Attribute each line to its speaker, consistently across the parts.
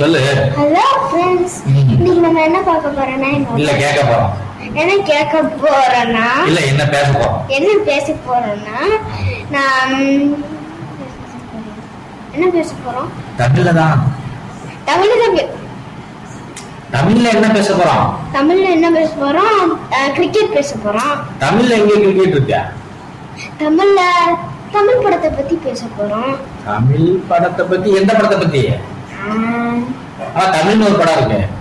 Speaker 1: சொல்லு
Speaker 2: hello friends
Speaker 1: ம்.
Speaker 2: இன்னைக்கு நம்ம என்ன பார்க்க போறோம்னா
Speaker 1: இல்ல
Speaker 2: என்ன
Speaker 1: கேட்க போறோம்
Speaker 2: என்ன கேட்க போறோம்னா
Speaker 1: இல்ல என்ன பேச போறோம்
Speaker 2: என்ன பேச போறோம்னா நான் என்ன பேச போறோம்
Speaker 1: தமிழ்ல தான்
Speaker 2: தமிழ்ல தான் பே-
Speaker 1: தமிழ்ல என்ன பேச போறோம்
Speaker 2: தமிழ்ல என்ன பேச போறோம் கிரிக்கெட் பேச போறோம்
Speaker 1: தமிழ்ல எங்க கிரிக்கெட் இருக்கா
Speaker 2: தமிழ்ல தமிழ் படத்தை பத்தி பேச போறோம்
Speaker 1: தமிழ் படத்தை பத்தி எந்த படத்தை பத்தி
Speaker 2: ஆஹ்,
Speaker 1: ஆனா தமிழ்னு ஒரு படம் இருக்கு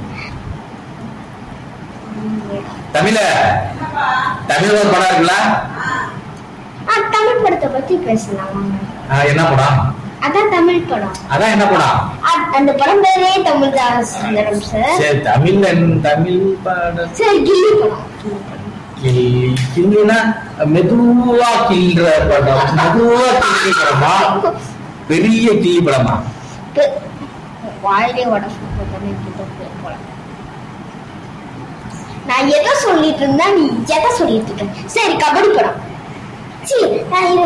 Speaker 1: தமிழ தமிழ் ஒரு படம் இருக்குல்ல
Speaker 2: ஆ தமிழ் படத்தை பத்தி பேசலாம் வாங்க.
Speaker 1: ஆஹ், என்ன படம்
Speaker 2: அதான் தமிழ் படம்
Speaker 1: அதான் என்ன படம்
Speaker 2: அ- அந்த படம் பேரே தமிழ் தான் சுந்தரம் சார்
Speaker 1: சரி தமிழ்ல என்ன- தமிழ் படம்
Speaker 2: சார் கில்லி படம்
Speaker 1: கிள்ளி கிள்ளினா மெதுவா கிள்ற படம் மெதுவா கிள்ளி படமா பெரிய கிளி படமா
Speaker 2: பெ- வாயிலே உடச்சு போட்டோன்னு இப்படி தான் போய் போல. நான் எதை சொல்லிட்டு இருந்தா நீ எதை சொல்லிட்டு இருக்க சரி கபடி படம் சீ நான் இரு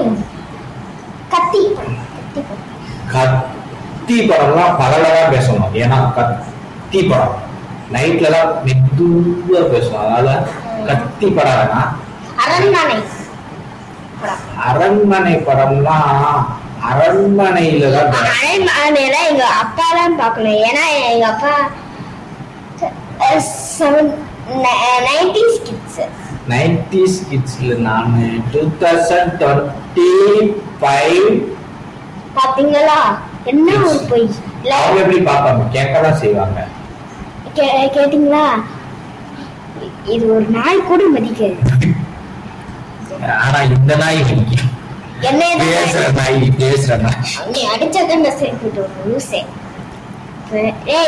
Speaker 2: கத்தி படம் கத்தி படம்
Speaker 1: கத்தி படம்லாம் பகல்ல தான் பேசணும் ஏன்னா கத்தி படம் நைட்ல எல்லாம் மெதுவா பேசணும் அதனால கத்தி படம் வேணா
Speaker 2: அரண்மனை படம்
Speaker 1: அரண்மனை படம்லாம் அரண்மனையில தான் பேசணும்.
Speaker 2: அரண்மனையில எங்க அப்பா தான் பார்க்கணும் ஏன்னா எங்க அப்பா செவன் நைன்டிஸ் கிட்ஸ்
Speaker 1: 90s கிட்ஸ்ல நான் டூ தௌசண்ட் டுவெண்ட்டி ஃபைவ்
Speaker 2: பாத்தீங்களா என்ன ஒரு பொய் இல்லை
Speaker 1: அவங்க எப்படி பார்ப்பாங்க கேட்க தான் செய்வாங்க
Speaker 2: கே- கேட்டிங்களா இ- இது ஒரு நாய் கூட மதிக்காது
Speaker 1: ஆனா இந்த நாய் பிடிக்கும்
Speaker 2: என்ன இது
Speaker 1: பேசுற
Speaker 2: நாய்?
Speaker 1: நாய் பேசுற நாய்
Speaker 2: நீ அடிச்சதான் நான் சேர்த்துட்டு ஒரு லூசே ஏய்